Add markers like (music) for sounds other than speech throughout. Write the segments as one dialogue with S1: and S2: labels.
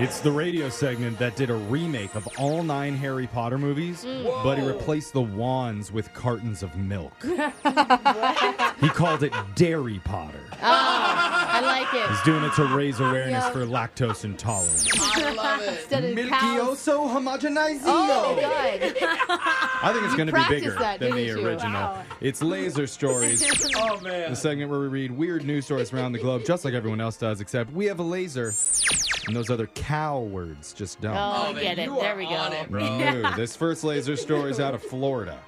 S1: It's the radio segment that did a remake of all nine Harry Potter movies,
S2: Mm.
S1: but he replaced the wands with cartons of
S2: (laughs)
S1: milk. he called it Dairy Potter.
S2: I like
S1: He's
S2: it.
S1: doing it to raise awareness
S2: Yeah.
S1: for lactose intolerance.
S3: (laughs) I love it.
S2: Instead of cows.
S1: homogenizio.
S2: Oh, good.
S1: I think it's going to be
S2: practiced
S1: bigger
S2: that,
S1: than the
S2: didn't you?
S1: original.
S2: Wow.
S1: It's Laser Stories,
S3: Oh man.
S1: the segment where we read weird news stories from around the globe, just like everyone else does, except we have a laser, and those other cow words just don't.
S2: Oh, I
S3: man,
S2: get it.
S3: you
S2: There
S3: are
S2: we go.
S3: on it.
S1: Bro, this first laser story is out of Florida.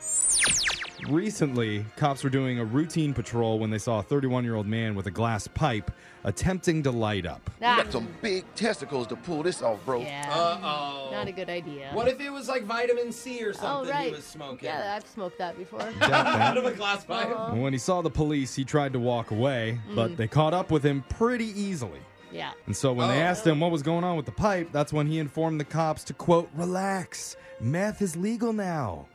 S1: Recently, cops were doing a routine patrol when they saw a 31 year old man with a glass pipe attempting to light up.
S2: Ah,
S4: Got some big testicles to pull this off, bro.
S2: yeah.
S3: Uh oh.
S2: Not a good idea.
S3: What if it was like vitamin C or
S2: oh,
S3: something
S2: right.
S3: he was smoking?
S2: Yeah, I've smoked that before.
S3: (laughs) Out (laughs) of a glass pipe.
S2: Uh-huh.
S1: When he saw the police, he tried to walk away, but they caught up with him pretty easily.
S2: (laughs) Yeah.
S1: And so when they
S3: Oh.
S1: asked him what was going on with the pipe, that's when he informed the cops to quote, relax, meth is legal now.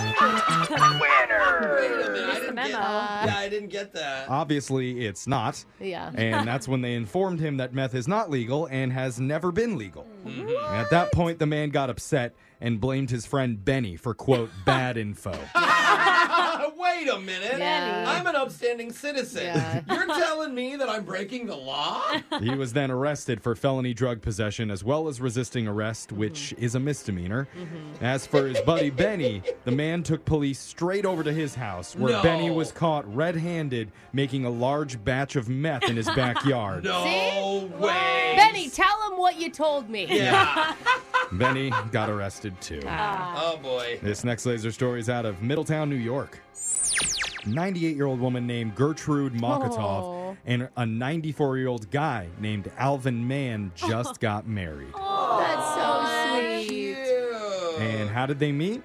S2: Oh,
S3: Wait a minute. I didn't get.
S5: memo.
S3: Yeah, I didn't
S2: (laughs)
S3: get that. (laughs)
S1: Obviously, it's not.
S2: Yeah.
S1: And that's when they informed him that meth is not legal and has never been legal. And
S3: Mm-hmm.
S1: at that point, the man got upset and blamed his friend Benny for,
S3: (laughs)
S1: quote, bad info.
S3: Wait a minute.
S2: Yeah.
S3: I'm an upstanding citizen.
S2: Yeah.
S3: You're telling me that I'm breaking
S2: (laughs)
S3: the law?
S1: He was then arrested for felony drug possession as well as resisting arrest, which
S3: Mm-hmm.
S1: is a misdemeanor. As for his buddy Benny, the man took police straight over to his house where
S3: No.
S1: Benny was caught red handed making a large batch of meth in
S3: (laughs)
S1: his backyard.
S3: No
S2: See?
S3: way.
S2: Benny, tell him what you told me.
S3: Yeah.
S1: Benny got arrested too.
S3: (laughs) oh boy.
S1: This next laser story is out of Middletown, New York. 98 year old woman named Gertrude Mokotov
S2: Oh.
S1: and a 94 year old guy named Alvin Mann just got married.
S2: That's so sweet.
S3: Ew.
S1: And how did they meet?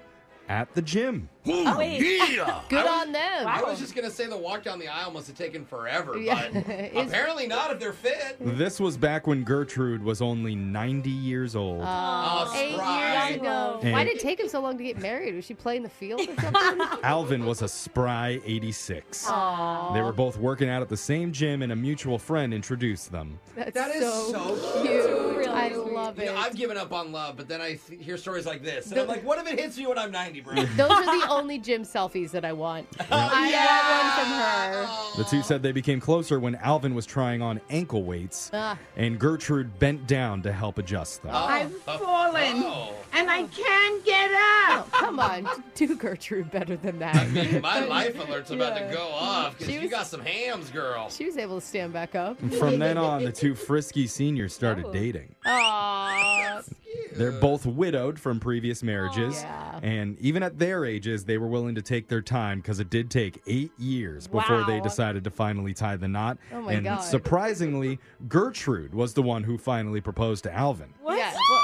S1: At the gym.
S2: Oh, Good on them.
S3: I was just gonna say the walk down the aisle must have taken forever,
S2: Yeah. (laughs)
S3: but
S2: It's-
S3: apparently not if they're fit.
S1: This was back when Gertrude was only 90 years old.
S3: Oh,
S2: Eight years
S3: surprise.
S2: ago.
S1: And-
S2: Why did it take him so long to get married? Was she playing the field or
S3: (laughs)
S2: something?
S1: Alvin was a spry 86.
S2: Aw.
S1: They were both working out at the same gym, and a mutual friend introduced them.
S2: That's
S3: That is
S2: so,
S3: so
S2: cute. I love
S3: You
S2: it.
S3: know, I've given up on love, but then I th- hear stories like this, and I'm like, what if it hits me when I'm 90, bro?
S2: Those are (laughs)
S3: (laughs)
S2: the only gym selfies that I want. I want one from her.
S1: The two said they became closer when Alvin was trying on ankle weights,
S2: Ah.
S1: and Gertrude bent down to help adjust them.
S5: I've fallen
S3: Oh.
S5: and I can't get up.
S2: Oh, Come on, (laughs) do Gertrude better than that. (laughs)
S3: My life alert's about
S2: Yeah.
S3: to go off because
S2: She
S3: you
S2: was-
S3: got some hams, girl.
S2: She was able to stand back up.
S1: From then on, the two frisky seniors
S2: Oh.
S1: started dating.
S2: Aww.
S1: They're both widowed from previous marriages.
S2: Oh, Yeah.
S1: And even at their ages, they were willing to take their time because it did take eight years before they
S5: Wow.
S1: decided to finally tie the knot.
S2: Oh my
S1: and
S2: God.
S1: surprisingly, Gertrude was the one who finally proposed to Alvin.
S5: What?
S2: Yeah. well-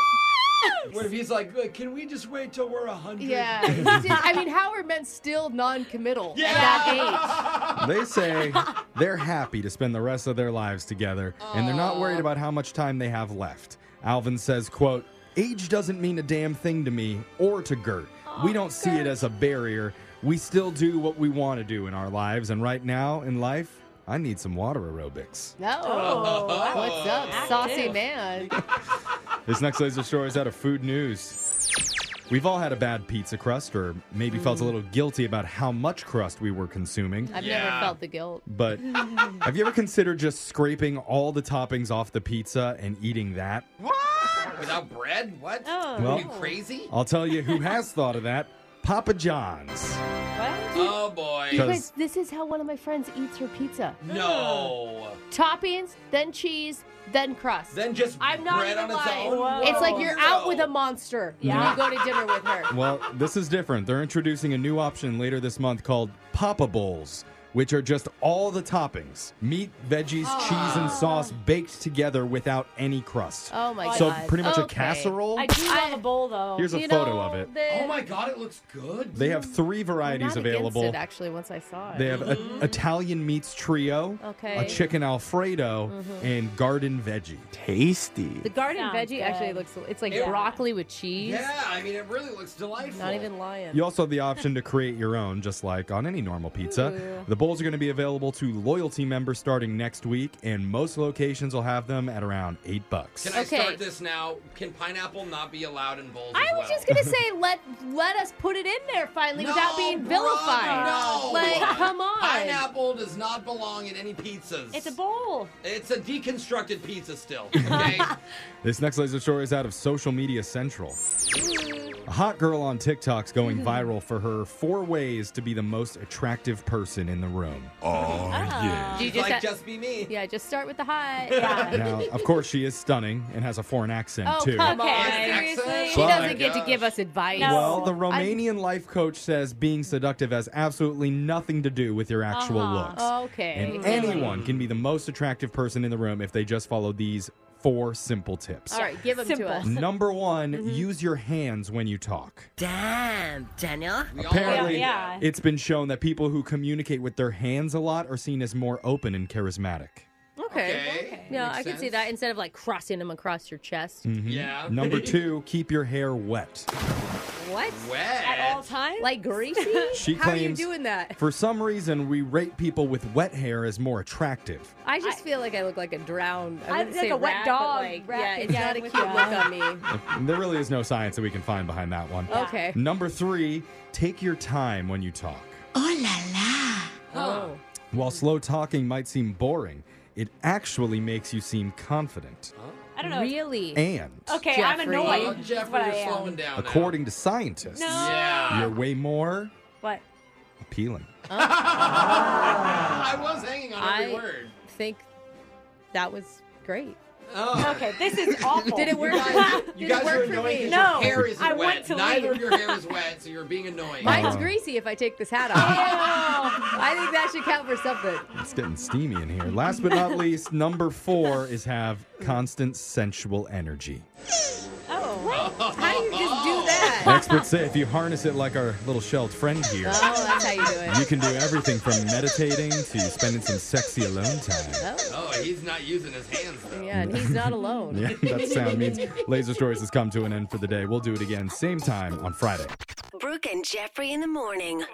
S3: What if he's like, "Look, can we just wait till we're 100?
S2: yeah. (laughs) It's just- I mean, Howard meant still non-committal at that age.
S1: They say they're happy to spend the rest of their lives together and they're not worried about how much time they have left. Alvin says, quote, Age doesn't mean a damn thing to me or to Gert. we don't see it as a barrier. We still do what we want to do in our lives, and right now in life, I need some water aerobics.
S2: No.
S5: Oh.
S2: What's up, saucy
S5: Active.
S2: man?
S1: This next laser story is out of food news. We've all had a bad pizza crust, or maybe felt a little guilty about how much crust we were consuming.
S2: I've never
S3: Yeah.
S2: felt the guilt.
S1: But have you ever considered just scraping all the toppings off the pizza and eating that?
S3: Without bread? What?
S5: Oh.
S1: Well-
S3: Are you crazy?
S1: I'll tell you who has thought of that Papa John's.
S5: What?
S3: Oh, boy.
S1: Because-
S2: Because this is how one of my friends eats her pizza:
S3: No.
S2: toppings, then cheese, then crust.
S3: Then just
S2: I'm not
S3: bread on
S2: even
S3: its
S2: lying.
S3: own?
S5: Whoa.
S2: It's like you're out
S3: No.
S2: with a monster
S1: Yeah.
S2: when you go to dinner with her.
S1: Well, this is different. They're introducing a new option later this month called Papa Bowls, which are just all the toppings meat, veggies,
S2: Oh.
S1: cheese, and sauce baked together without any crust.
S2: Oh my
S1: so,
S2: god.
S1: pretty much a
S2: Okay.
S1: casserole.
S5: I do
S2: I-
S5: love a bowl though.
S1: Here's a
S2: You
S1: photo
S2: know,
S1: of it.
S2: the-
S3: Oh, my God, it looks good.
S1: They have three
S2: I'm
S1: varieties
S2: not
S1: available.
S2: Against it, actually, once I saw it.
S1: They have a, Italian meats trio, a
S2: Mm-hmm. Okay. Mm-hmm.
S1: chicken alfredo, and garden veggie.
S6: Tasty.
S2: the garden
S5: Sounds
S2: veggie actually
S5: good.
S2: looks. It's like
S3: Yeah.
S2: broccoli with cheese.
S3: yeah, I mean, it really looks delightful.
S2: Not even lying.
S1: You also have the option to create your own, just like on any normal pizza. The bowls are going to be available to loyalty members starting next week, and most locations will have them at around eight bucks.
S3: Can I
S2: Okay.
S3: start this now? Can pineapple not be allowed in bowls?
S2: I
S3: as
S2: was
S3: well?
S2: just gonna say let let us put it in there finally without
S3: No,
S2: being
S3: brother,
S2: vilified.
S3: No,
S2: Like, come
S3: (laughs)
S2: on.
S3: Pineapple does not belong in any pizzas.
S5: It's a bowl.
S3: It's a deconstructed pizza still.
S1: (laughs)
S2: (laughs)
S3: Okay.
S1: This next laser story is out of Social Media Central. A hot girl on TikTok's going
S2: Mm-hmm.
S1: viral for her four ways to be the most attractive person in the room.
S2: Oh. Do you
S3: It's
S2: just
S3: like
S2: ha-
S3: just be me.
S2: yeah, just start with the high.
S1: Now, of course, she is stunning and has a foreign accent,
S2: Oh,
S1: too.
S2: come
S5: Okay,
S2: on.
S3: Accent?
S5: seriously?
S2: She
S1: Well,
S2: doesn't
S1: my
S2: get to
S3: gosh.
S2: give us advice.
S5: No.
S1: Well, the
S5: I'm-
S1: Romanian life coach says being seductive has absolutely nothing to do with your actual
S5: Uh-huh.
S1: looks.
S2: Okay.
S1: And
S2: Really?
S1: anyone can be the most attractive person in the room if they just follow these four simple tips.
S2: All right, Mm-hmm. give them
S5: Simple.
S2: to us.
S1: Number one, use your hands when you talk.
S6: Damn, Daniel.
S3: We all
S1: Apparently,
S3: agree.
S5: Yeah, yeah.
S1: it's been shown that people who communicate with their hands a lot are seen as more open and charismatic.
S2: Okay.
S3: Okay.
S2: No,
S3: Makes
S2: I can see
S3: sense.
S2: that instead of like crossing them across your chest.
S1: Hmm.
S3: Yeah.
S1: Mm-hmm. Number
S2: (laughs)
S3: (laughs)
S1: two, keep your hair wet.
S2: What?
S3: Wet.
S5: At all times?
S2: Like greasy?
S1: She
S2: How
S1: claims-
S2: are you doing that?
S1: For some reason, we rate people with wet hair as more attractive.
S2: I just feel like I look like a drowned. I
S5: I-
S2: wouldn't
S5: like
S2: say
S5: a wet
S2: rat,
S5: dog
S2: But like, yeah,
S5: wrapped
S2: it's
S5: again
S2: not a
S5: with
S2: cute look
S5: the-
S2: on me.
S1: And there really is no science that we can find behind that one.
S2: Okay.
S1: (laughs) Number three, take your time when you talk.
S2: Oh.
S1: While slow talking might seem boring, it actually makes you seem confident.
S5: I don't know.
S2: Really?
S1: And
S5: Okay, I'm
S2: Jeffrey.
S5: annoyed.
S3: Oh,
S5: That's
S3: Jeffrey,
S5: what I
S3: you're
S5: am.
S3: slowing down. now.
S1: according to scientists,
S5: No.
S3: Yeah.
S1: you're way more
S5: What?
S1: appealing.
S3: I was hanging on every
S2: I-
S3: word.
S2: I think that was great.
S3: Oh.
S5: Okay,
S3: (laughs)
S5: this is awful.
S2: Did it work? (laughs)
S3: You guys-
S2: Did
S3: (laughs) You
S2: it
S3: guys
S2: work
S3: are
S2: for
S3: annoying
S2: me?
S3: 'cause
S5: No,
S3: your hair is
S5: I
S3: wet.
S5: want to
S3: Neither
S5: leave.
S3: of your hair is wet, so you're being
S2: (laughs)
S3: annoying.
S2: Mine's
S1: Uh,
S2: greasy if I take this hat off. (laughs) I think that should count for something.
S1: It's getting steamy in here. Last but not least, number four is have constant sensual energy.
S5: Oh,
S2: How do you just do that?
S1: Experts say if you harness it like our little shelled friend here,
S2: Oh, that's how you do it.
S1: you can do everything from meditating to spending some sexy alone time.
S3: Oh, he's not using his hands though.
S2: Yeah, and he's not alone.
S1: Yeah, that sound means Laser Stories has come to an end for the day. We'll do it again, same time on Friday.
S6: Brooke and Jeffrey in the morning.